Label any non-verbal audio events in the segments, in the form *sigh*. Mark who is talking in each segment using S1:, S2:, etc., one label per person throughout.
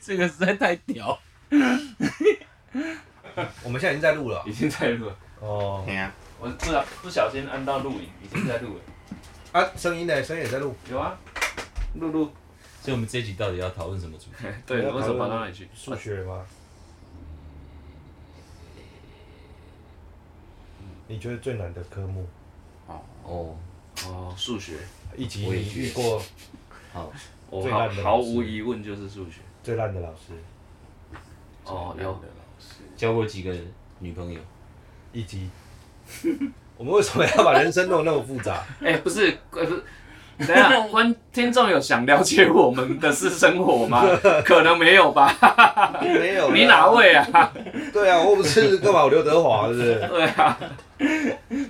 S1: 这个实在太屌。
S2: 我们现在已经在录了
S3: 已经在录了，
S2: 哦
S1: 等。一下，
S3: 我不小不小心按到录影，已经在录了。
S2: 啊，声音呢？声音也在录。
S3: 有啊，录录。
S4: 所以我们这一集到底要讨论什么主题？
S3: *laughs* 对，
S2: 要讨
S3: 为
S2: 论
S3: 什么跑到那里去？
S2: 数学吗？你觉得最难的科目？
S4: 哦，
S3: 哦，数学，
S2: 以及
S4: 我也
S2: 你
S4: 觉得
S2: 遇过
S3: 我
S2: 最
S3: 毫
S2: 烂的老师
S3: 毫无疑问就是数学。
S2: 最烂的老师，
S3: 哦，有
S4: 交过几个女朋友？
S2: 以及 *laughs* 我们为什么要把人生弄得那么复杂？
S3: 哎、不是，呃不是，等一下，观听众有想了解我们的私生活吗？可能没有
S2: *laughs*
S3: 吧。
S2: *laughs* 没有啦，
S3: 你哪位啊？ *laughs*
S2: 对啊，我不是干嘛？我刘德华是不是？
S3: 对啊，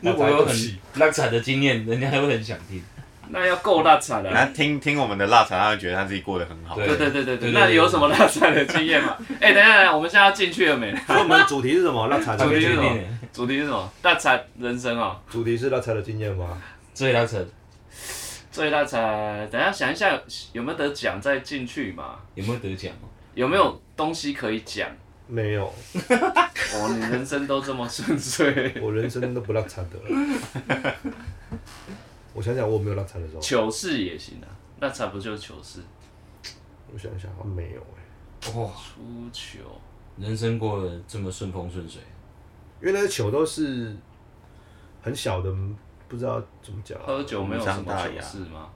S4: 如果有
S2: 我才不
S4: 很
S2: 信
S4: 拉惨的经验，人家还会很想听。
S3: 那要够大惨
S5: 然
S3: 了。
S5: 后听听我们的辣茶，他会觉得他自己过得很好。
S3: 对对对对对，
S4: 对对对
S3: 那有什么大惨的经验吗？哎、等一下，我们现在要进去了没？
S2: *laughs* 所以我们主题是什么？那才
S3: 主题
S4: 决
S3: 是什
S4: 定
S3: 么
S4: 了？
S3: 主题是什么？大惨人生哦，
S2: 主题是那才的经验吗？
S4: 最拉扯
S3: 最大惨。等一下想一下有有没有得奖再进去嘛？
S4: 有没有得奖哦？
S3: 有没有东西可以讲？
S2: 没有，
S3: 哦，你人生都这么顺遂， *laughs*
S2: 我人生都不那惨的。 *laughs* 我想想，我有没有那惨的时候，
S3: 糗事也行啊。那惨不就是糗事？
S2: 我想想，好像没有哎、
S4: 哇，
S3: 出糗。
S4: 哦人生过得这么顺风顺水，
S2: 因为那些球都是很小的，不知道怎么讲啊、
S3: 喝酒没有什么糗事吗？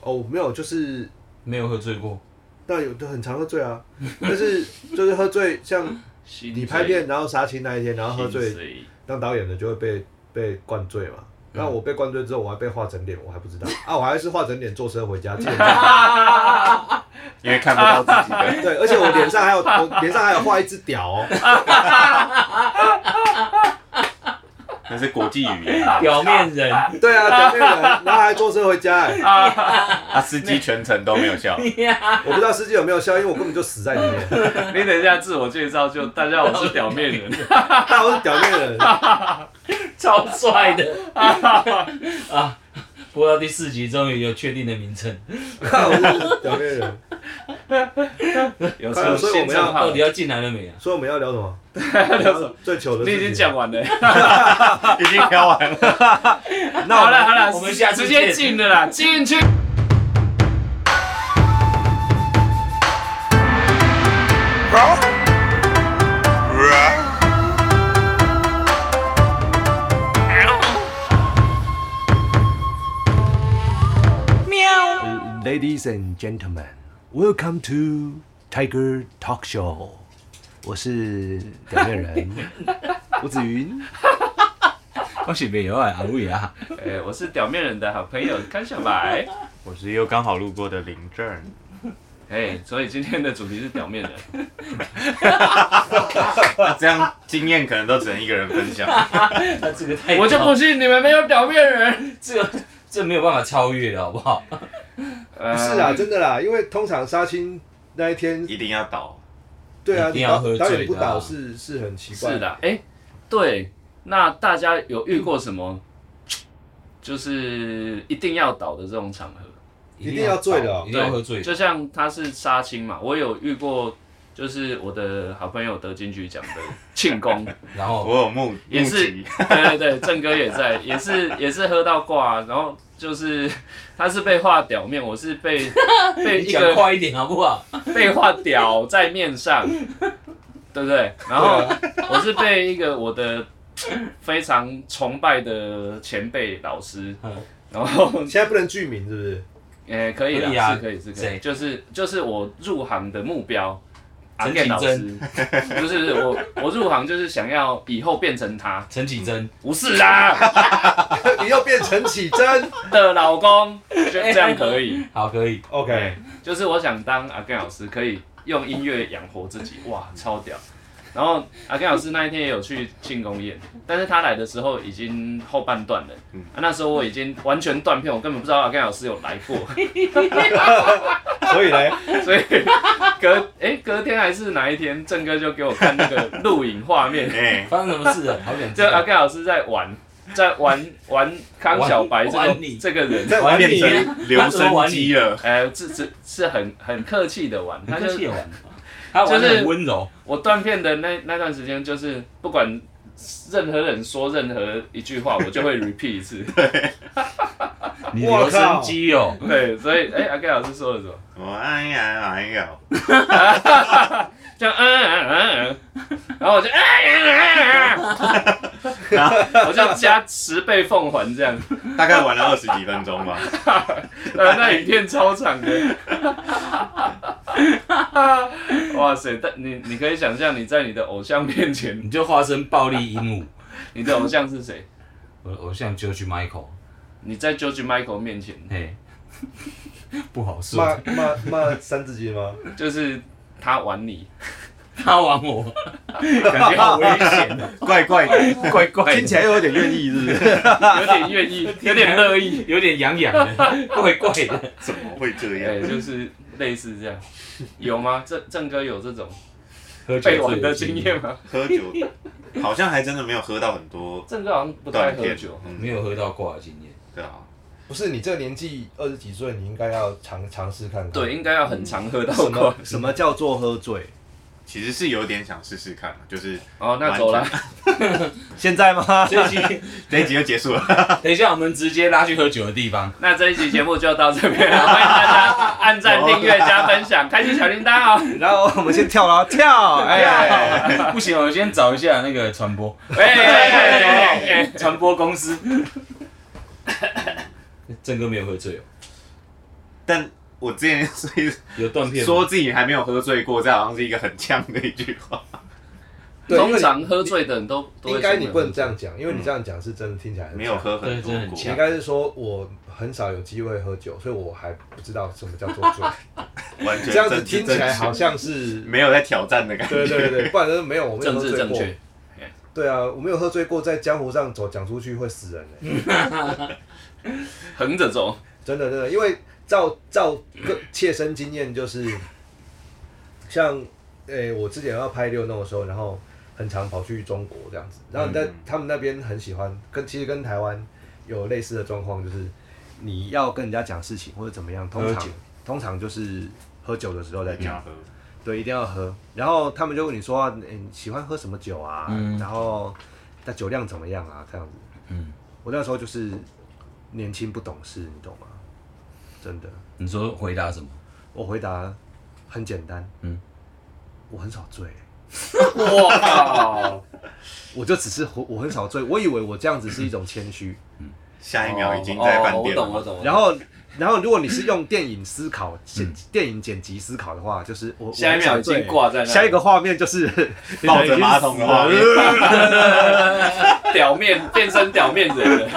S2: 哦，没有，就是
S4: 没有喝醉过。
S2: 但有的很常喝醉啊， *laughs* 但是就是喝醉，像
S3: 心
S2: 你拍片然后杀青那一天，然后喝醉
S3: 醉，
S2: 当导演的就会被被灌醉嘛。那我被灌醉之后，我还被画整脸，我还不知道啊，我还是画整脸坐车回家。自己
S5: 因为看不到自己
S3: *laughs*
S5: 的。
S2: 对，而且我脸上还有我脸上还有画一只屌哦，
S5: 那是国际语言，
S3: *laughs*
S5: 啊
S4: 表面人，
S2: 对啊，表面人，然后还坐车回家、哎，
S5: 他司机全程都没有笑。
S2: 我不知道司机有没有笑，因为我根本就死在里面，
S3: 你等一下自我介绍就大家好，我是表面人，
S2: 但我是表面人，
S4: *laughs* 超帅的 *laughs* 啊！播到第四集，终于有确定的名称。
S2: 看我是表面人。
S3: *laughs* 有时候
S2: 所以我
S3: 现
S2: 们要
S3: 称号
S4: 到。底要进来了没啊？
S2: 所以我们要聊什么？
S3: 聊什么
S2: 最糗的事
S3: 你
S2: 情
S3: 已经讲完了，
S5: 已经聊完了，
S3: 那好了好了，
S4: 我们下次
S3: 直接
S4: 见
S3: 进了啦，进去。 *laughs*
S2: Ladies and gentlemen, welcome to Tiger Talk Show。我是表面人吴子云。
S4: 我是没有啊，阿伟啊， *laughs*
S3: 哎，我是表面人的好朋友甘小白。
S5: *laughs* 我是又刚好路过的林正，
S3: 哎，所以今天的主题是表面人。
S5: 那啊这样经验可能都只能一个人分享。 *laughs*
S4: 那这个太
S3: 我就不信你们没有表面人。
S4: 这个这没有办法超越了，好不好？
S3: 呃
S2: 不是啊，，真的啦，因为通常杀青那一天，
S5: 一定要倒，
S2: 对啊，
S4: 一定要喝醉的
S2: 导
S4: 啊
S2: 演不倒是是很奇怪。
S3: 是的，哎，对，那大家有遇过什么，就是一定要倒的这种场合？
S2: 一定要醉的哦
S4: 一定要喝醉。
S3: 就像他是杀青嘛，我有遇过，就是我的好朋友得金曲奖的
S4: *laughs*
S3: 庆功，
S4: 然后
S5: 我有目
S3: 也
S5: 目
S3: 是
S5: 击，
S3: 对对对，郑哥也在，也是也是喝到挂、然后就是他是被画表面，我是
S4: *laughs*
S3: 被被
S4: 你
S3: 一
S4: 讲
S3: 个
S4: 快一点好不好？
S3: 被画屌在面上，对不对？然后
S4: 啊
S3: 我是被一个我的非常崇拜的前辈老师
S4: 嗯，
S3: 然后
S2: 现在不能剧名是不是？
S3: 诶、可以
S4: 可以
S3: 啦，
S4: 啊
S3: 是可以，是可以，
S4: 谁
S3: 就是就是我入行的目标，阿
S4: 陈
S3: 健
S4: 绮
S3: 老
S4: 贞
S3: 师， *laughs* 不是不是我我入行就是想要以后变成他，
S4: 陈绮贞，
S3: 不是啦
S2: 你 *laughs* 又变陈绮贞
S3: 的老公，就这样可以，
S4: 好，可以。
S3: *laughs*
S2: ？OK，
S3: 就是我想当阿健老师，可以用音乐养活自己，哇，超屌。然后阿甘老师那一天也有去庆功宴，但是他来的时候已经后半段了，
S5: 嗯
S3: 啊、那时候我已经完全断片，我根本不知道阿甘老师有来过， *laughs*
S2: 所以呢，
S3: 所以隔哎、隔天还是哪一天，郑哥就给我看那个录影画面，
S5: 哎，
S3: *laughs*
S4: 发生什么事了？好想知
S3: 就阿
S4: 道。
S3: 盖老师在玩，在玩玩康小白这
S4: 玩
S3: 个
S4: 玩你
S3: 这个人，
S5: 在
S4: 玩
S5: 变
S4: 你
S5: 成留声机
S3: *laughs*
S5: 了，
S3: 呃，这这是很很客气的玩，他
S4: 他
S3: 就
S4: 就是玩，哦他玩得很温柔，
S3: 我断片的那那段时间，就是不管任何人说任何一句话，我就会 repeat 一次。
S4: 你留声机哦，
S3: 对，所以哎，阿盖老师说了什么？
S5: 我哎呀哎呀，
S3: 这样嗯嗯嗯嗯，然后我就哎哎哎哎，我就加十倍奉还这样。
S5: 大概玩了二十几分钟吧。 *laughs*
S3: 呃，那影片超长的。哇塞！但你你可以想象你在你的偶像面前，
S4: 你就化身暴力鹦鹉。
S3: 你的偶像是谁？
S4: 我偶像 George Michael，
S3: 你在 George Michael 面前，
S4: 嘿， *laughs* 不好
S2: 骂
S4: 说，
S2: 骂骂三字经吗？
S3: 就是他玩你，
S4: 他玩我， *laughs* 感觉好危险
S3: *laughs*
S4: 哦，
S5: 怪怪的，
S4: 怪怪的，
S2: 听起来又有点愿意，是不是？
S3: 有点愿意，有点乐意，
S4: 有点痒痒
S3: *laughs*
S4: 的，怪怪的。
S5: *laughs* 怎么会这
S3: 哎、*laughs*
S5: 样？
S3: 就是类似 *laughs* 这样，有吗？郑郑哥有这种
S4: 喝
S3: 被
S4: 酒
S3: 玩的经验吗？
S5: 喝酒好像还真的没有喝到很多
S3: 郑哥好像不太
S5: 断
S3: 喝
S5: 片
S3: 酒，，
S5: 嗯，
S4: 没有喝到挂的经验，
S5: 对啊，
S2: 不是你这个年纪二十几岁，你应该要尝尝试看看。
S3: 对，，应该要很常喝到
S2: 什
S3: 过
S2: 么。 *laughs* 什么叫做喝醉？
S5: 其实是有点想试试看，就是
S3: 哦，那走了， *laughs*
S2: 现在
S4: *laughs*
S2: 吗？
S4: 这一集
S5: 这一集就结束了。 *laughs*
S4: 等一下我们直接拉去喝酒的地方。
S3: 那这一期节目就到这边了，欢迎大家按赞、订阅、加分享，开启小铃铛 *laughs* 哦。
S2: 然后我们先跳了，跳，哎，
S4: *laughs* 不行，我先找一下那个传播， *laughs*
S3: 哎哎哎哎哎
S4: 传播公司。 *laughs* 郑哥没有喝醉哦，
S5: 但我之前所以
S4: 有断片吗
S5: 说自己还没有喝醉过，这好像是一个很呛的一句话。
S2: *laughs* 对，因
S3: 通
S2: 为
S3: 常喝醉的人都都会
S2: 应该
S3: 说
S2: 你
S3: 没有
S2: 不能这样讲，因为你这样讲是真的听起来很
S5: 嗯没有
S2: 呛。
S5: 喝很
S4: 对真的
S5: 多
S4: 很
S5: 过，
S2: 你应该是说我很少有机会喝酒，所以我还不知道什么叫做醉。
S5: 完全
S2: 这样子
S5: 政治
S2: 听起来
S5: 正确
S2: 好像是
S5: 没有在挑战的感觉。
S2: *laughs* 对对对，不然就是没有我没有
S3: 政
S2: 喝
S3: 治
S2: 醉
S3: 正
S2: 过。
S3: 确。
S2: 对啊，我没有喝醉过，在江湖上走讲出去会死人欸的、
S3: 横着走，
S2: 真的真的，因为照照个切身经验就是，像诶、我之前要拍六弄的时候，然后很常跑去中国这样子，然后在、
S5: 嗯
S2: 他们那边很喜欢，跟其实跟台湾有类似的状况，就是你要跟人家讲事情或者怎么样，通
S4: 喝
S2: 常
S4: 酒
S2: 通常就是喝酒的时候再
S5: 一定
S2: 讲
S5: 要。喝。
S2: 对，一定要喝。然后他们就问你说、欸你喜欢喝什么酒啊？
S4: 嗯
S2: 然后那酒量怎么样啊？这样子。
S4: 嗯，
S2: 我那时候就是年轻不懂事，你懂吗？真的，
S4: 你说回答什么？
S2: 我回答很简单，
S4: 嗯，
S2: 我很少醉，
S3: 哇 *laughs* 哦靠！
S2: 我就只是我我很少醉，我以为我这样子是一种谦虚。
S5: 下一秒已经在饭店
S3: 哦我懂，我
S5: 了。
S3: 懂。
S2: 然后，然后如果你是用电影思考、剪
S4: 嗯
S2: 电影剪辑思考的话，就是我
S3: 下一秒已经，挂
S2: 我
S3: 在那
S2: 很少
S3: 里，
S2: 醉下一个画面就是
S5: 抱着马桶的画面，
S3: 表面变身表面人了，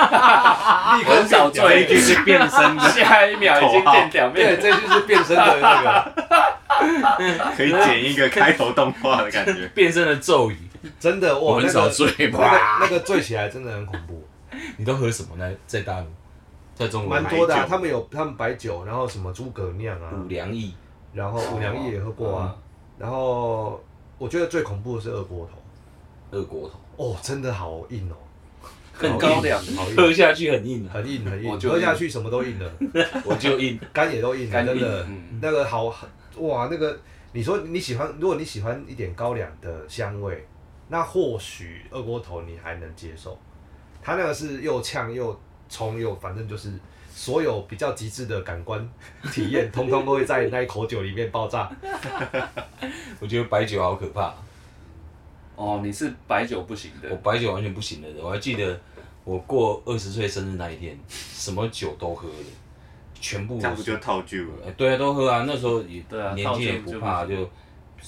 S3: 很少
S5: 这一
S3: 醉，
S5: 句是变身的，
S3: 下一秒已经变表
S2: *laughs*
S3: 面
S2: 对，
S3: 人。
S2: 这就是变身的那个。
S5: 可以剪一个开头动画的
S4: *laughs*
S5: 感觉。
S4: *laughs* 变身的咒语，
S2: 真的，
S4: 我
S2: 哇，
S4: 很
S2: 那
S4: 少
S2: 个
S4: 醉
S2: 那
S4: 吧？ *laughs*
S2: 个那个醉起来真的很恐怖，
S4: 你都喝什么呢？在大陆，在中国
S2: 蛮多的、啊
S5: 白。酒
S2: 他们有他们白酒，然后什么诸葛酿啊，
S4: 五粮液，
S2: 然后五粮液也喝过啊。然后我觉得最恐怖的是二锅头，
S4: 二锅头，
S2: 哦，真的好硬哦，
S3: 更高粱，
S2: 好硬，
S4: 喝下去很硬啊，
S2: 很硬很
S3: 我
S2: 硬，
S3: 就
S2: 喝下去什么都硬了，
S4: 我就硬。 *laughs*
S2: 肝也都硬了，
S3: 干
S2: 真
S3: 硬
S2: 的。
S3: 嗯
S2: 那个好哇，那个你说你喜欢，如果你喜欢一点高粱的香味，那或许二锅头你还能接受。它那个是又呛又冲又，反正就是所有比较极致的感官体验，通通都会在那一口酒里面爆
S3: *laughs*
S2: 炸。
S4: 我觉得白酒好可怕，
S3: 哦，你是白酒不行的
S4: 我，白酒完全不行了的。我还记得我过二十岁生日那一天，什么酒都喝了，全部
S5: 这
S4: 都
S5: 样不就套句
S4: *laughs*
S5: 了？
S4: 呃对啊，都喝啊。那时候也
S3: 对啊
S4: 年纪也
S3: 套
S4: 不
S3: 酒
S4: 怕，
S3: 就
S4: 就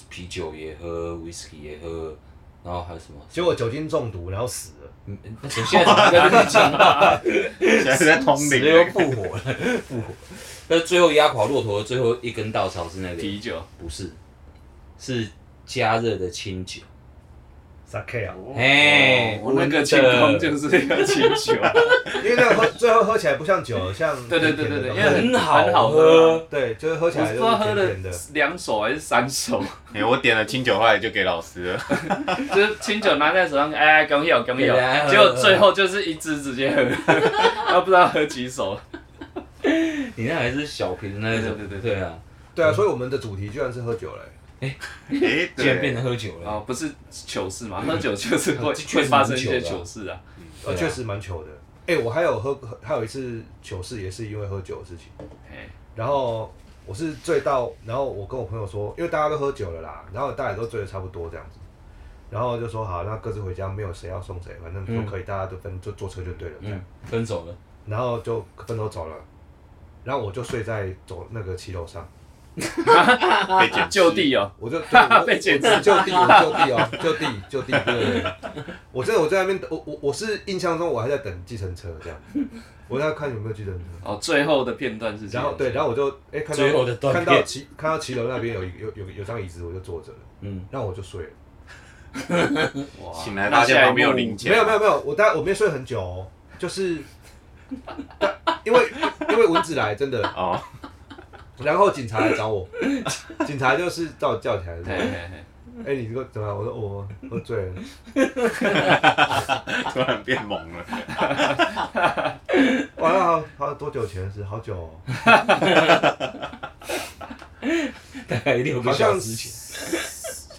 S4: 啤酒也喝，whisky 也喝，然后还有什么？
S2: 结果酒精中毒，然后死了。
S4: 嗯那现在怎么跟你讲话？
S5: 现在是在通
S4: 死
S5: 灵
S4: 了
S2: 欸
S4: 又
S5: *laughs*
S4: 复活了，复活。那最后压垮骆驼的最后一根稻草是那个
S3: 啤酒，
S4: 不是，是加热的清酒。
S2: Sake 啊，
S3: 哦
S4: 哎、
S3: 我那个清空就是一个清酒，
S2: 因为那个喝最后喝起来不像酒，像
S3: 对对对对对，
S2: 甜
S3: 因
S2: 甜
S3: 为
S4: 很
S2: 的
S4: 好
S3: 很好
S4: 喝
S3: 啊。
S2: 对，就是喝起
S3: 我
S2: 来
S3: 不知
S2: 就是
S3: 道
S2: 甜
S3: 喝
S2: 甜的
S3: 了。两手还是三手，
S5: 哎我点了清酒，后来就给老师了。
S3: 就是清酒拿在手上，哎，恭喜哦，恭喜
S4: 给大家
S3: 哦，
S4: 喝
S3: 结果最后就是一支直接喝，然后不知道喝几手。
S4: 你那还是小瓶的那种，
S3: 对对对
S4: 对啊，
S2: 对啊，所以我们的主题居然是喝酒嘞。
S5: 哎，
S4: 竟然变
S5: 对，
S4: 成喝酒
S3: 啊
S4: 了，，
S3: 不是糗事嘛，喝酒就是会
S4: 这确
S3: 会
S4: 实
S3: 发生
S4: 蛮
S3: 一
S4: 糗的
S3: 些
S4: 啊
S3: 糗事啊。
S4: 对
S2: 呃，
S4: 啊
S2: 确实蛮糗的。哎、我还有喝，还有一次糗事也是因为喝酒的事情。
S3: 嘿
S2: 然后我是醉到，然后我跟我朋友说，因为大家都喝酒了啦，然后大家也都醉得差不多这样子，然后就说好，那各自回家，没有谁要送谁，反正
S4: 嗯
S2: 都可以，大家都分坐坐车就对了这样。
S4: 嗯，分手了，
S2: 然后就分头走了，然后我就睡在走那个骑楼上，
S5: 被捡
S3: 就地哦，
S4: *laughs*
S2: 我就对我
S3: 被剪
S2: 我我就地，我就地哦，就地就地，对对对。我真的我在那边等，我我我是印象中我还在等计程车这样，我在看有没有计程车。
S3: 哦，最后的片段是这
S2: 然
S3: 样。
S2: 后对，然后我就哎、看
S4: 最后
S2: 到
S4: 的断
S2: 看
S4: 片
S2: 到骑看到骑楼那边有一有有有张椅子，我就坐着了，
S4: 嗯，
S2: 然后我就睡了。
S3: 哇
S5: 醒来
S3: 那
S5: 发现
S3: 下一
S5: 旁边有
S3: 幕
S5: 零钱，
S2: 没有没有没有，我大概我没睡很久、哦，就是，但因为因为蚊子来真的，
S5: 哦， *laughs*
S2: 然后警察来找我，警察就是把我叫起来，
S3: 嘿
S2: 哎、
S3: 嘿嘿
S2: 你这个怎么样？我说哦我喝醉了，
S5: 突然变萌了。
S2: 完了好好多久前的事，好久、哦，
S4: 大概六个
S2: 好
S4: 小
S2: 像
S4: 时前，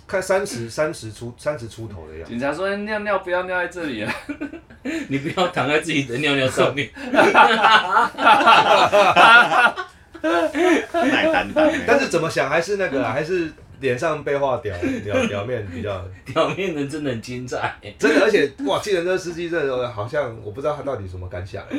S2: 看三十三十出三十出头
S4: *laughs*
S2: 的样子。
S3: 警察说尿尿不要尿在这里啊， *laughs*
S4: 你不要躺在自己的尿尿上面，
S5: *laughs* 奶蛋蛋欸，
S2: 但是怎么想还是那个啊、还是脸上被画屌表表面比较。
S4: 表面的真的很精彩，
S2: 真的，而且哇，计程车司机真的好像我不知道他到底什么感想、欸。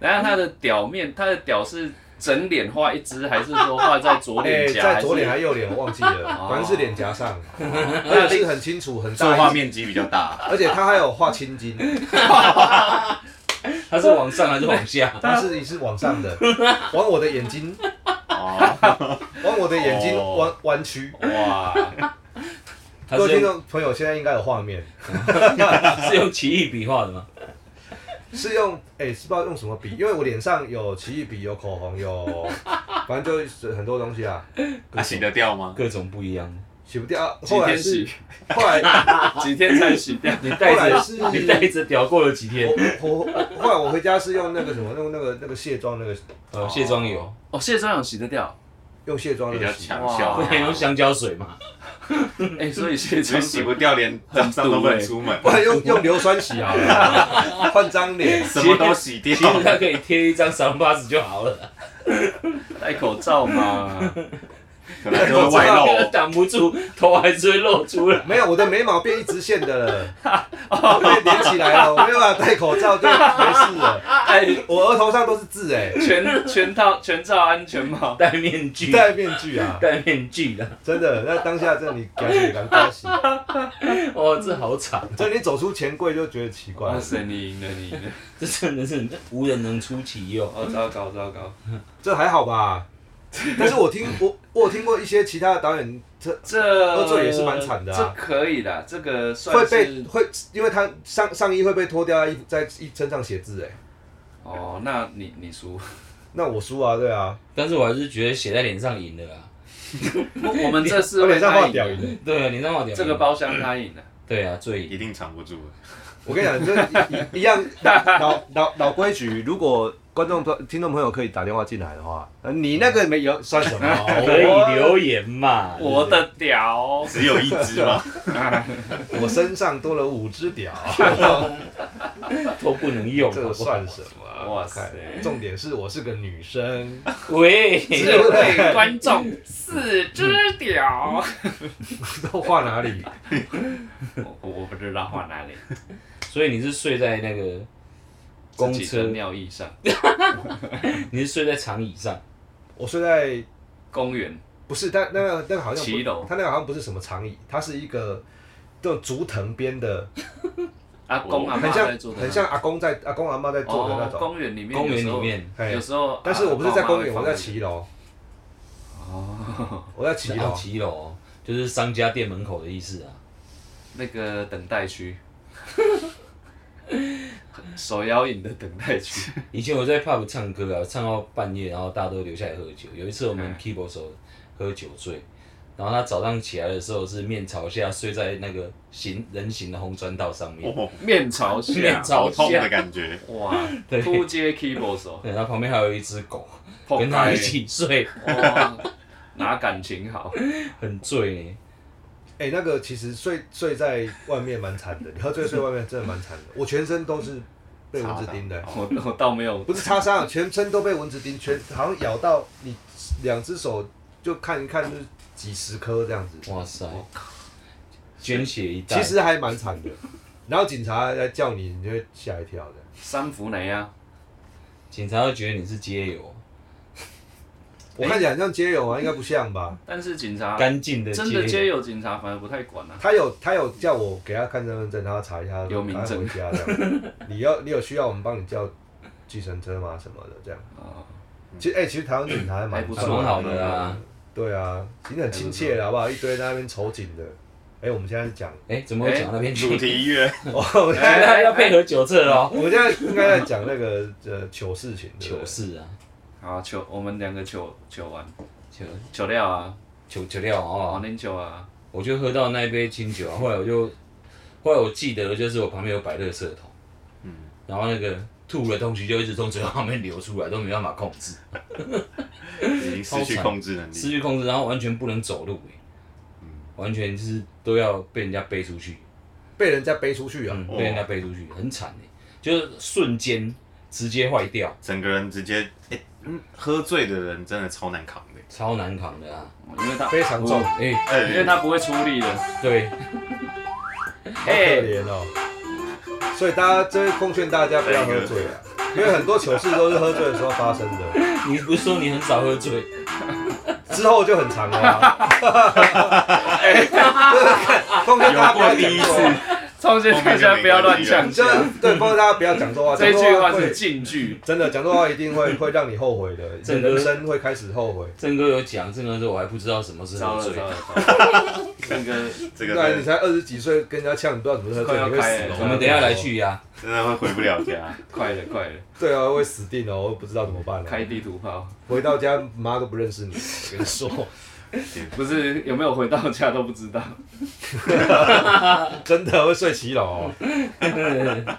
S3: 然后他的屌面，他的屌是整脸画一只，还是说画在左
S2: *laughs* 哎、
S3: 脸颊？
S2: 在左脸
S3: 还
S2: 还
S3: 是
S2: 右脸，我忘记了，
S3: 哦
S2: 反正是脸颊上，而且是很清楚，很
S5: 所以画
S2: 大一，
S5: 面积比较大，
S2: 而且他还有画青筋，
S4: 它是往上还是往下？
S2: 他是一是往上的，往我的眼睛，
S5: 哦，
S2: 往我的眼睛
S5: 哦
S2: 弯弯曲。
S3: 哇，
S4: 它
S2: 各位
S4: 是
S2: 听
S4: 用
S2: 众朋友现在应该有画面，
S4: 是用奇异笔画的吗？
S2: 是用哎、是不知道用什么笔，因为我脸上有奇异笔，有口红，有，反正就是很多东西啊，
S5: 那洗得掉吗？
S4: 各种不一样的。
S2: 洗不掉。
S3: 几
S2: 后来
S3: 天
S2: 是
S3: 洗，
S2: 后来
S3: 几天才洗掉？ *laughs*
S4: 你带
S2: 后来
S4: 着
S2: 是
S4: 你带着屌过了几天？
S2: 我我我后来我回家是用那个什么，用那个那个卸妆那个
S4: 呃，卸妆油，
S3: 哦，卸妆有洗得
S2: *laughs*
S3: 掉，
S2: 用卸妆
S5: 比
S2: 的
S5: 较
S2: 洗，
S5: 强效啊
S4: 不
S3: 哇，
S4: 能用香蕉水嘛？
S3: 哎，所以卸
S5: 只
S3: 妆
S5: 是洗不掉，连早上都不能出门
S2: 不，然用用硫酸洗好了， *laughs* 换张脸。
S5: 什么都洗掉
S4: 其。实它可以贴一张三八纸就好了，
S3: 戴口罩嘛，
S5: 可能就会外露，
S4: 挡不住，头还是会露出来。
S2: 没有，我的眉毛变一直线的了，被连起来了，我没有办法戴口罩就没事了。
S3: 哎，
S2: 我额头上都是痣哎、
S3: 全全套全罩安全
S2: *laughs*
S3: 帽，
S4: 戴面具，
S2: 戴面具啊，
S4: 戴面具的，
S2: 真的，那当下这你感觉尴尬死，
S4: 哇，这好惨，
S2: 这你走出钱柜就觉得奇怪
S3: 哇
S2: 了。
S3: 塞，你赢了，你赢了，
S4: 这真的是无人能出其右。啊
S3: 哦，糟糕糟糕，
S2: 这还好吧？但是我听我我有听过一些其他的导演，这
S3: 这
S2: 喝醉也是蛮惨的啊
S3: 这可以的，这个算
S2: 会
S3: 是
S2: 被会，因为他上上衣会被脱掉，在衣服在衣身上写字哎、
S3: 哦，那你
S2: *laughs*
S3: 你输，
S2: 那我输啊，对啊，
S4: 但是我还是觉得写在脸上赢了啊。
S3: 我们这次
S2: 我脸上
S3: 他
S2: 画
S3: 赢
S2: 屌
S3: 了，
S2: 赢欸了。
S4: 对啊，你让我点
S3: 这个，包厢他赢了，
S4: 对啊，最赢
S5: 一定藏不住。
S2: 我跟你讲，这一一一
S3: *laughs*
S2: 样老老老规矩，如果观众朋听众朋友可以打电话进来的话，呃你那个没有算什么？
S3: *laughs*
S4: 可以留言嘛？
S3: 我的 *laughs* 屌，
S5: 只有一
S2: *laughs*
S5: 只吗？
S2: 我我身上多了五只
S3: *laughs*
S2: 屌，
S4: 都不能用，
S2: 这
S4: 好
S2: 个
S4: 不好
S2: 算什么？
S3: 哇
S2: 哇塞
S3: 塞！
S2: 重点是我是个女生，
S4: 喂，
S3: 这位观众四只屌，
S2: 都画哪里？
S3: 我 *laughs* 我不知道画哪里，
S4: 所以你是睡在那个公
S3: 自己的
S4: 车，
S3: 尿意上，
S4: 你是睡在长椅上，
S2: 我睡在
S3: 公园
S2: 不是，但那个那个好像不
S3: 骑楼
S2: 它那个好像不是什么长椅，它是一个这种竹藤边的，
S3: 阿啊公阿
S2: 很
S3: 妈
S2: 像
S3: 在做的，
S2: 很像阿公在阿公阿妈在做的那
S3: 哦，
S2: 种。
S3: 公园里面，
S4: 公园
S3: 有时候
S4: 里，面，
S2: 嘿
S3: 有时候，
S2: 哎
S3: 啊
S2: 但是我不是在公园，我在
S3: 骑
S2: 骑楼，
S3: 哦，
S2: 我在骑
S4: 然
S2: 楼
S4: 后。骑楼就是商家店门口的意思啊。
S3: 那个等待区， *laughs* 手摇饮的等待区，
S4: 以前我在 pub 唱歌啊，唱到半夜，然后大家都留下来喝酒。有一次我们
S3: 嗯
S4: keyboard 手喝酒醉，然后他早上起来的时候是面朝下睡在那个行人行的红砖道上面，
S5: 哦，
S3: 面朝下，
S4: 面朝
S5: 好
S4: 下
S5: 痛的感觉，
S3: 哇，
S4: 对
S3: 扑街 keyboard 手，
S4: 对，然后旁边还有一只狗
S3: 碰
S4: 跟他一起睡，
S3: 开，哇，哪感情好？
S4: 很醉呢。
S2: 哎、那个其实睡睡在外面蛮惨的，你喝醉睡外面真的蛮惨的。我全身都是被蚊子叮的、
S5: 哦
S3: 我我倒没有
S2: 不是擦伤，全身都被蚊子叮，全好像咬到你两只手，就看一看就是几十颗这样子，
S4: 哇塞，捐血一袋，
S2: 其实还蛮惨的。然后警察来叫你，你就会吓一跳的。
S3: 三福雷啊，
S4: 警察会觉得你是街友，
S2: 我看起来很像街友啊，应该不像吧？
S3: 但是警察
S4: 干净的
S3: 真的
S4: 街
S3: 街
S4: 友。
S3: 友警察反而不太管
S4: *laughs*
S3: 啊。
S2: 他有他有叫我给他看身份证，然后查一下
S3: 有名
S2: 赶
S3: 证
S2: 快回家这样。你要你有需要我们帮你叫计程车吗？什么的这样。
S3: 哦
S2: 其实哎、其实台湾警察还蛮
S3: 还不
S4: 还蛮好的啊，
S2: 对啊，已经很亲切了，好不好？一堆在那边瞅景的。哎、我们现在讲，
S4: 哎、怎么会讲到那边
S5: 主
S4: 去？ *laughs*
S5: 题音乐，
S2: 我们现
S3: 哎
S2: 在
S3: *laughs*
S4: 要配合酒测哦，
S2: 我们现在应该在讲那个呃糗事情，对不对
S4: 糗事啊，
S3: 好，求我们两个求求完
S4: 酒
S3: 求料啊，
S4: 酒酒料哦
S3: 黄，连球啊，
S4: 我就喝到那一杯清酒啊，后来我就，后来我记得就是我旁边有摆垃圾桶，嗯，然后那个吐的东西就一直从嘴巴旁边流出来，都没办法控制，
S5: 已经失去控制能
S4: 失
S5: 力，
S4: 去控制，然后完全不能走路、欸，完全就是都要被人家背出去，
S2: 被人家背出去啊，
S4: 嗯，
S5: 哦
S4: 被人家背出去，很惨哎、就是瞬间直接坏掉，
S5: 整个人直接，哎，嗯喝醉的人真的超难扛的，
S4: 超难扛的啊，
S3: 因为他
S2: 非常重，
S4: 哎、
S3: *laughs* 因为
S5: 哎，
S3: 他不会出力的。
S4: 对， *laughs*
S2: 好可怜哦。所以大家，这奉劝大家不要喝醉啊，因为很多糗事都是喝醉的时候发生的，
S4: 你不是说你很少喝醉？
S2: 之后就很长了啊。哎奉劝大家
S5: 有
S2: 不要
S5: 过
S2: 讲
S5: 第一
S2: 错
S5: 次
S2: 话，，
S3: 奉劝大家不要乱讲
S2: 就
S3: 价，
S2: 对，奉劝大家不要讲
S4: 哦
S2: 错话。
S3: 这
S2: 讲
S3: 句
S2: 错
S3: 话
S2: 会
S3: 是禁句。
S2: 真的，讲错话一定会会让你后悔的，
S4: 真的
S2: 人生会开始后悔。
S4: 郑哥有讲，郑哥说我还不知道什么是喝
S3: 糟了
S4: 醉
S3: 糟。了，糟了 *laughs* 这个
S5: 这个
S2: 对，你
S5: 真的
S2: 才二十几岁，跟人家呛，你不知道怎么喝
S3: 快
S2: 醉，
S3: 要
S2: 你会
S3: 开
S2: 死
S3: 了
S2: 哦。
S4: 我们等一下来去啊呀、
S5: 真的会回不
S2: *laughs*
S5: 了家，
S3: 快了快了，
S2: 对啊，会死定哦，我也不知道怎么办了。
S3: 开地图炮，
S2: 回到家妈都不认识你，我跟你说， *laughs*
S3: 不是有没有回到家都不知道。
S2: 真的会睡骑楼、哦。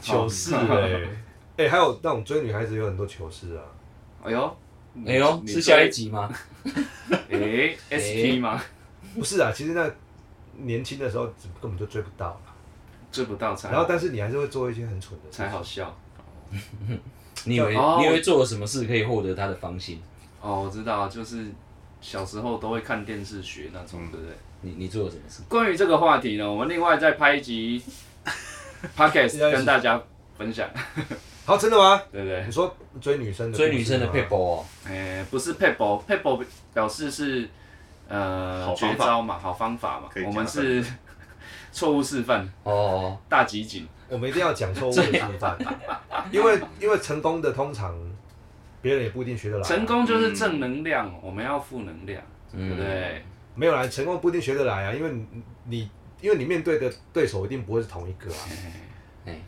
S2: 糗事哎、哎、还有那种追女孩子有很多糗事啊，
S3: 哎呦，
S4: 哎呦，
S3: 你
S4: 是下一集吗？
S3: 哎 SP 吗？
S2: 不是啊，其实那年轻的时候根本就追不到啦
S3: 追不到才
S2: 然后但是你还是会做一些很蠢的事
S3: 才
S2: 情。
S3: 好笑。
S4: 你以为、
S3: 哦
S4: 你以为做了什么事可以获得他的芳心？
S3: 哦，我知道，就是小时候都会看电视学那种，
S4: 嗯
S3: 对不对？
S4: 你你做了什么事？
S3: 关于这个话题呢，我们另外再拍一
S5: *laughs*
S3: 集 podcast 跟大家分享，
S2: 好，真的吗？
S3: 对不对
S2: 你？说追女生的故事吗
S4: 追女生的配博哦，
S3: 诶、不是 pebble，pebble 表示是呃
S5: 好
S3: 绝
S5: 方法
S3: 招嘛，好方法嘛
S5: 可以。
S3: 我
S5: 加分
S3: 们是错误示范，
S4: 哦哦，
S3: 大集锦。
S2: 我们一定要讲错误的示范，因为因为成功的通常别人也不一定学得来啊、
S3: 成功就是正能量，哦
S5: 嗯
S3: 我们要负能量，
S4: 嗯
S3: 对不对？
S2: 没有啦，成功不一定学得来啊，因为你你因为你面对的对手一定不会是同一个啊，
S4: 哎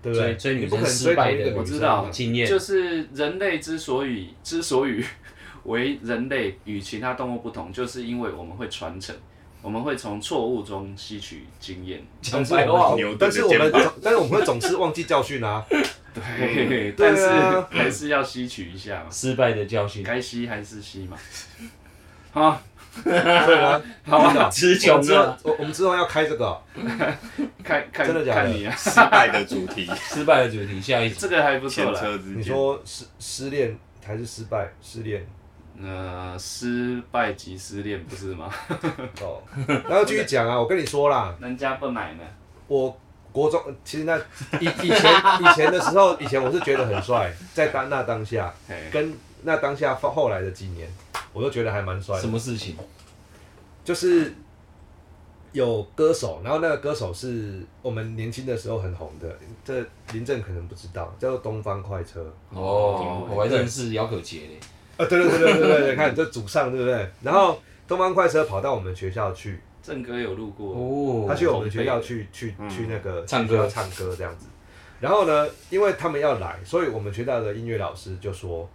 S2: 对不
S4: 追
S2: 对？
S4: 追女生
S2: 你不可能追同一个女生啊
S3: 我知道
S4: 经验
S3: 就是人类之所以之所以 *laughs* 为人类与其他动物不同，就是因为我们会传承，我们会从错误中吸取经验。
S4: 讲
S2: 但
S4: 白
S2: 是我
S4: 话
S2: 们，
S5: 牛顿
S2: 但
S5: 的
S2: 是我们
S5: 肩膀
S2: 总但是我们会总是忘记教训啊。*laughs*
S3: 对，
S2: 对
S3: 但是
S2: 啊
S3: 还是要吸取一下嘛，
S4: *laughs* 失败的教训，
S3: 该吸还是吸
S2: *laughs*
S3: 嘛。好，
S2: 对啊，
S3: 好啊，
S4: 词
S2: 我
S4: 穷
S2: 们之后
S4: 了，
S2: 我我们之后要开这个哦，
S3: 看看
S2: 真的假的
S3: 看你啊，
S5: 失败的主题，
S4: 失败的主题，下一
S3: *laughs*
S4: 集
S3: 这个还不错
S5: 前
S3: 啦。
S5: 车之
S2: 你
S5: 鉴，
S2: 说失失恋还是失败？
S4: *laughs*
S2: 失恋
S3: 呃，失败即失恋，不是吗？
S2: 哦，然后继续讲啊，我跟你说啦，
S3: 人家不买呢。
S2: 我国中其实那以以前以前的时候，以前我是觉得很帅，在当那当下
S4: 哎
S3: 嘿
S2: 跟那当下后后来的几年，我都觉得还蛮帅的
S4: 什。么事情？
S2: 就是有歌手，然后那个歌手是我们年轻的时候很红的，这林正可能不知道，叫做东方快车。
S4: 哦，我还
S2: 对
S4: 认识姚可杰嘞，
S2: *laughs* 啊，对对对对对对，看这祖上对不对？然后东方快车跑到我们学校去，
S3: 郑哥有录过，
S4: 哦
S2: 他去我们学校
S3: 同辈
S2: 去去
S5: 嗯
S2: 去那个
S4: 唱
S2: 去学校
S4: 歌
S2: 唱歌这样子。然后呢，因为他们要来，所以我们学校的音乐老师就说，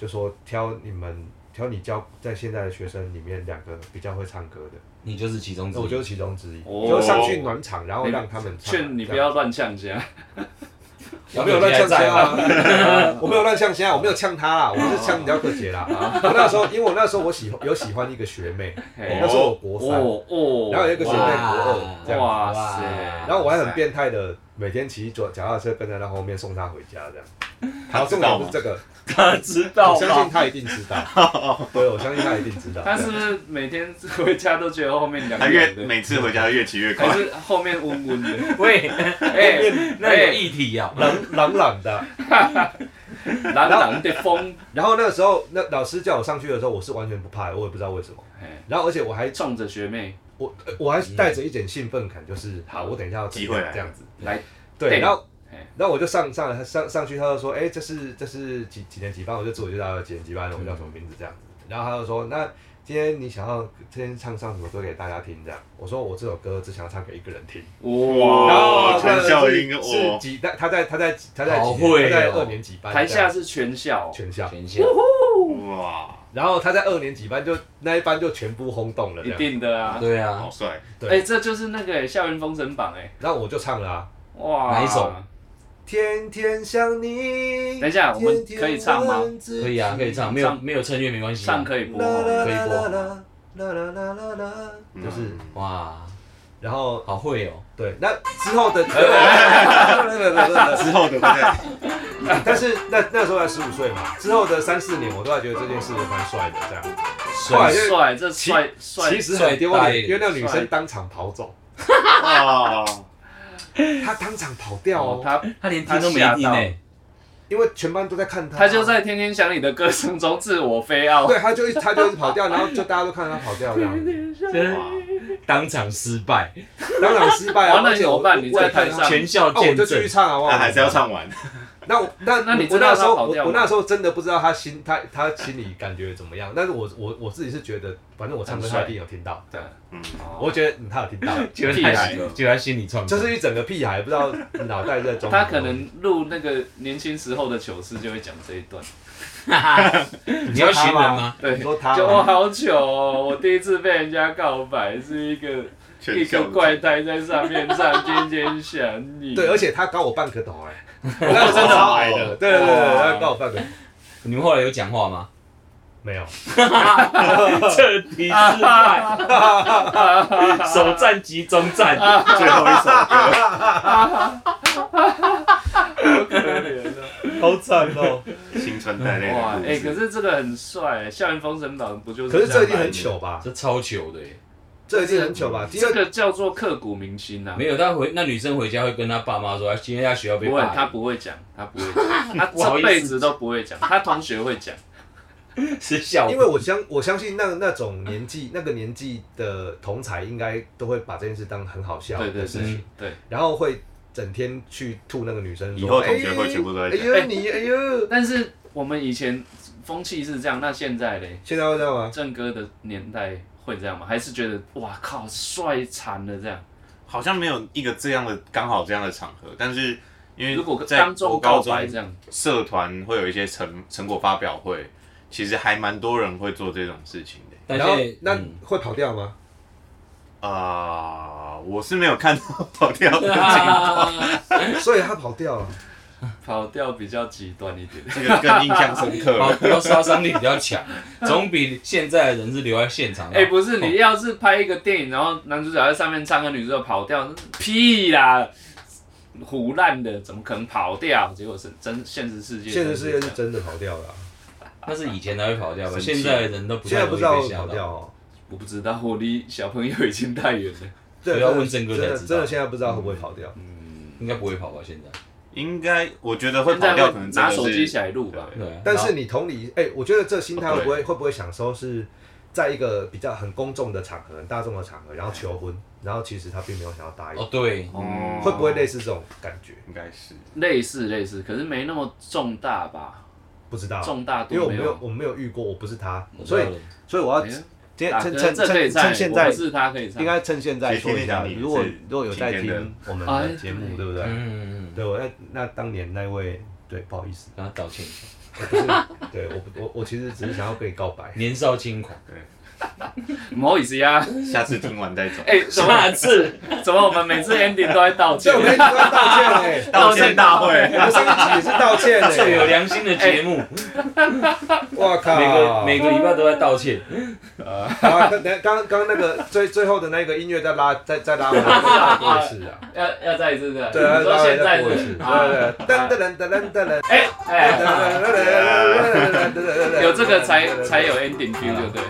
S2: 就说挑你们挑你教在现在的学生里面两个比较会唱歌的，
S4: 你就是其中之
S2: 那我就是
S4: 一。
S2: 其中之一，
S3: 哦
S2: 就上去暖场，然后让他们唱。
S3: 劝你不
S2: 这样
S3: 要乱呛
S2: *laughs*
S3: 这样。
S2: 我没有乱呛
S4: 在
S2: 虾
S4: 吗？
S2: 啊， *laughs* 我没有乱呛虾，我没有呛他啦，我是呛姚可杰啦。我那时候，因为我那时候我喜欢有喜欢一个学妹，
S3: 嘿
S2: 那时候我国三，
S3: 哦哦，
S2: 然后有一个学妹国
S4: 哇
S2: 二这样，
S3: 哇塞
S5: 啊
S2: 然后我还很变态的每天骑脚脚踏车跟在她后面送她回家这样。
S5: 他 *laughs*
S2: 好，
S5: 知
S2: 重
S5: 道
S2: 点
S5: 吗
S2: 是？这个，
S5: 他知
S2: 我
S5: 道
S2: 相信
S5: 吗？
S2: 她一定知道。对，我相信她一定
S5: *laughs*
S2: 知道。
S3: 他是不是每天回家都觉得后面凉
S5: 他
S3: 凉
S5: 越
S3: 的？
S5: 啊每次回家越骑越
S3: 还
S2: 哎
S5: 快，
S3: 是后面温
S2: *laughs*
S3: 温的？
S4: 喂，哎，那有议题啊。
S2: 朗朗朗的。
S3: 冷哎冷的风，
S2: 然后那个时候，那老师叫我上去的时候，我是完全不怕的，我也不知道为什么。
S3: 嘿
S2: 然后而且我还
S3: 冲着学妹
S2: 我呃我还带着一点兴奋感，就是好，我等一下要怎样
S5: 嗯机会来
S2: 这样子。
S3: 来，
S2: 对，
S3: 对
S2: 然后
S3: 嘿
S2: 然后我就上上上上去，他就说，哎、这是这是几几年几班，我就自我介绍几年几班，我叫什么名字这样子。然后他就说，那今天你想要今天唱唱什么歌给大家听这样？我说我这首歌只想要唱给一个人听。
S5: 哇
S3: 哇！
S2: 然后他
S5: 全校音
S2: 是
S5: 哦
S2: 是几？他他在他在他在
S4: 好
S2: 几年
S4: 会
S2: 他在
S4: 哦
S2: 二年级班这
S3: 台
S2: 样，
S3: 下是全校，
S2: 全校。
S4: 全线
S5: 哇，
S2: 然后他在二年级班就那一班就全部轰动了这
S3: 一
S2: 样，
S3: 定的啊。
S4: 对
S5: 好
S4: 啊，
S5: 帅！
S2: 对
S3: 哎，这就是那个哎校园封神榜哎，
S2: 然后我就唱了啊。
S3: 哇！
S4: 哪一首？
S2: 天天想你。
S3: 等一下我们
S2: 天天
S3: 可以唱吗
S2: 问自己
S4: 可以啊，可以唱，没有
S3: 唱
S4: 没有趁月没关系。啊
S3: 唱可以播
S2: 啦啦
S3: 吗，
S4: 可以播
S2: 啦啦啦啦啦啦，
S5: 嗯
S2: 就是，
S4: 哇，
S2: 然后
S4: 好会哦。
S2: 对，那之后
S3: *laughs*
S2: 的，之
S5: 之后的不对，
S2: *laughs* 但是那那时候才十五岁嘛，之后的三四年，我都还觉得这件事蛮帅的，这样。后来
S3: 帅
S2: 就
S3: 帅，这帅帅
S2: 其实很丢
S4: 帅呆
S2: 脸，因为那个女生当场跑走，
S5: 哇，
S2: 她当场跑掉
S3: 哦，
S2: 哦，
S3: 他
S4: 他连
S3: 听都没听
S4: 呢
S3: 呢。
S2: 因为全班都在看她，
S3: 他就在《天天想你》的歌声中自我飞傲。
S2: 对，她就一她就一直跑掉，然后就大家都看着她跑掉这
S3: *laughs*
S2: 样，
S4: 真当场失败，
S2: 当场失败啊
S3: 完，了
S2: 而且我
S3: 怎么哦办你
S2: 我也
S3: 在台
S2: 看
S3: 上
S4: 全校
S2: 哦，我
S4: 见
S2: 就继
S4: 证
S2: 续。唱啊，哇
S5: 那还是要唱完。
S2: 那我那
S3: 那你
S2: 我
S3: 知道
S2: 那时候
S3: 他跑
S2: 我
S3: 掉吗
S2: 我那时候真的不知道他心他他心里感觉怎么样，但是我我我自己是觉得，反正我唱歌
S3: 很
S2: 他
S3: 帅
S2: 一定有听到，
S3: 对
S5: 嗯，
S2: 我觉得、嗯、他有听 *laughs* 到，
S4: 就
S3: 屁
S4: 他
S3: 孩
S4: 就他心里创
S2: 就
S4: 伤，
S2: 是一整个屁孩不知道脑袋在装什么。
S3: *laughs* 他可能录那个年轻时候的糗事，就会讲这一段。
S4: *laughs* 你要寻人
S2: *laughs*
S4: 吗？
S3: 对，
S2: 你
S3: 就
S2: 说他吗
S3: 我好糗哦！我第一次被人家告白，是
S2: *laughs*
S3: 一个一
S5: 全校
S3: 个
S5: 的
S3: 怪胎在上面唱《天天想你》。
S2: 对，而且他高我半颗头
S3: *laughs*
S2: 哎、我那时候真的超矮的，对对对对，他高我半颗头，
S4: 你们后来有讲话吗？
S2: 没有，
S4: 彻底失败， *laughs* 首战即终战，
S5: 最后一首歌，
S3: 好可怜啊！
S2: *laughs* 好惨哦。
S5: 青春带泪
S3: 哇，
S5: 的故
S3: 哎、可
S5: 事。
S3: 是这个很帅，《校园封神榜》不就是？
S2: 可是这一定很糗吧？
S4: 这超糗的耶。
S2: 这一定很糗吧？第
S3: 这
S2: 二
S3: 个叫做刻骨铭心啊！
S4: 没有，他回那女生回家会跟她爸妈说，她今天在学校被
S3: 不会，
S4: 霸
S3: 他
S4: 凌，
S3: 不会讲，他不会讲，他
S4: 不好意
S3: 这
S4: 思
S3: 辈子都不会讲。他同学会讲，
S4: 是笑话，
S2: 因为我相我相信那那种年纪那个年纪的同才应该都会把这件事当很好笑
S3: 对对
S2: 的事情
S3: 对。对。
S2: 然后会整天去吐那个女生说。
S5: 以后同学会全部都在
S2: 哎
S5: 讲
S2: 呦哎呦你哎呦，
S3: 但是我们以前风气是这样，那现在嘞，
S2: 现在会这样吗？
S3: 郑哥的年代会这样吗？还是觉得哇靠，帅惨了这样？
S5: 好像没有一个这样的刚好这样的场合，但是因为
S3: 如果
S5: 在
S3: 当
S5: 我
S3: 中
S5: 高
S3: 告
S5: 中
S3: 白这样，
S5: 社团会有一些成成果发表会，其实还蛮多人会做这种事情的。
S4: 但
S2: 然后
S4: 是
S2: 那
S4: 嗯
S2: 会跑掉吗？
S5: 啊、我是没有看到跑掉的
S3: *laughs*
S5: 情况，
S4: 嗯 *laughs*
S2: 所以他跑掉了。
S3: 跑掉比较极端一点。
S5: 这个更印象深刻
S4: 保
S5: 了。
S4: 镖杀伤力比较
S2: *laughs*
S4: 强，总比现在的人是留在现场。
S3: 哎、
S2: 哦
S3: 不是，你要是拍一个电影，然后男主角在上面唱歌，女主角跑掉，屁啦，胡烂的，怎么可能跑掉？结果是真现实世界，
S2: 现实世界是真的跑掉了啊，
S4: 那是以前才会跑掉吧？
S5: 生气
S4: 现在的人都不
S2: 现
S4: 太容
S2: 在不
S4: 易
S2: 知道
S4: 被
S2: 会
S4: 吓
S2: 跑掉
S4: 到。
S2: 哦。
S3: 我不知道，我离小朋友已经太远了。
S4: 所
S2: 对，
S4: 以要
S2: 真的
S4: 问郑哥才知道
S2: 真
S4: 嗯
S2: 的真的现在不知道会不会跑掉。嗯
S4: 应该不会跑吧？现在
S5: 应该我觉得会
S3: 现
S5: 跑
S3: 在
S5: 掉，
S3: 会
S5: 可能真
S3: 拿
S5: 的
S3: 手机起
S5: 是
S3: 来录吧。
S4: 对啊，
S2: 但是你同理，哎，我觉得这心态
S5: 哦
S2: 会
S5: 对
S2: 不会会不会想说是在一个比较很公众的场合、很大众的场合，然后求婚，然后其实他并没有想要答
S4: 然
S2: 应
S4: 后哦，对，
S5: 嗯
S2: 会不会类似这种感觉？
S5: 应该是
S3: 类似类似，可是没那么重大吧？
S2: 不知道啊，
S3: 重大度
S2: 因为我
S3: 没
S2: 没有
S3: 有。
S2: 我没有遇过，我不是他，
S4: 我知道
S2: 所以
S4: 了
S2: 所以我要
S3: 哎呀
S2: 今天
S3: 啊
S2: 趁
S3: 可是
S2: 趁
S3: 这可以
S2: 趁趁
S3: 唱，
S2: 现
S3: 我
S2: 在
S3: 不，是他可以唱
S2: 应。该趁现在说一下。
S5: 其实听你讲你也是
S2: 如果如果有在
S5: 今天的
S2: 听我们
S3: 哎
S2: 的节目，对不对？
S4: 嗯，
S2: 对，我那那当年那位，对，不好意思，
S4: 跟他道歉一下，。
S2: 对我不我我其实只是想要跟你告白
S4: 年少轻狂，
S3: 不好意思
S2: *laughs*
S3: 呀，
S5: 下次听完再 *laughs* 走。
S3: 哎，怎么
S4: 下次
S3: *laughs* 怎么我们每次 ending 都在道歉
S2: 对，？我跟你说道歉嘞，
S5: *laughs* 道歉大会，
S2: 我上一集也是道歉
S4: 最有
S2: 嘞，
S4: 良心的节目，
S2: 我靠，
S4: 每个每个礼拜都在道歉，
S2: 啊，刚刚刚那个最最后的那个音乐再拉再再拉回来再拉过一次啊，
S3: 要要再一次的，
S2: 对啊，
S3: 你
S2: 拉
S3: 说
S2: 回
S3: 现
S2: 来
S3: 在
S2: 再过一次，
S3: 是
S2: 对
S3: 啊，
S2: 对，噔噔噔噔噔噔
S3: 哎哎，
S2: 噔，
S3: 有这个才才有 ending feel，对不对？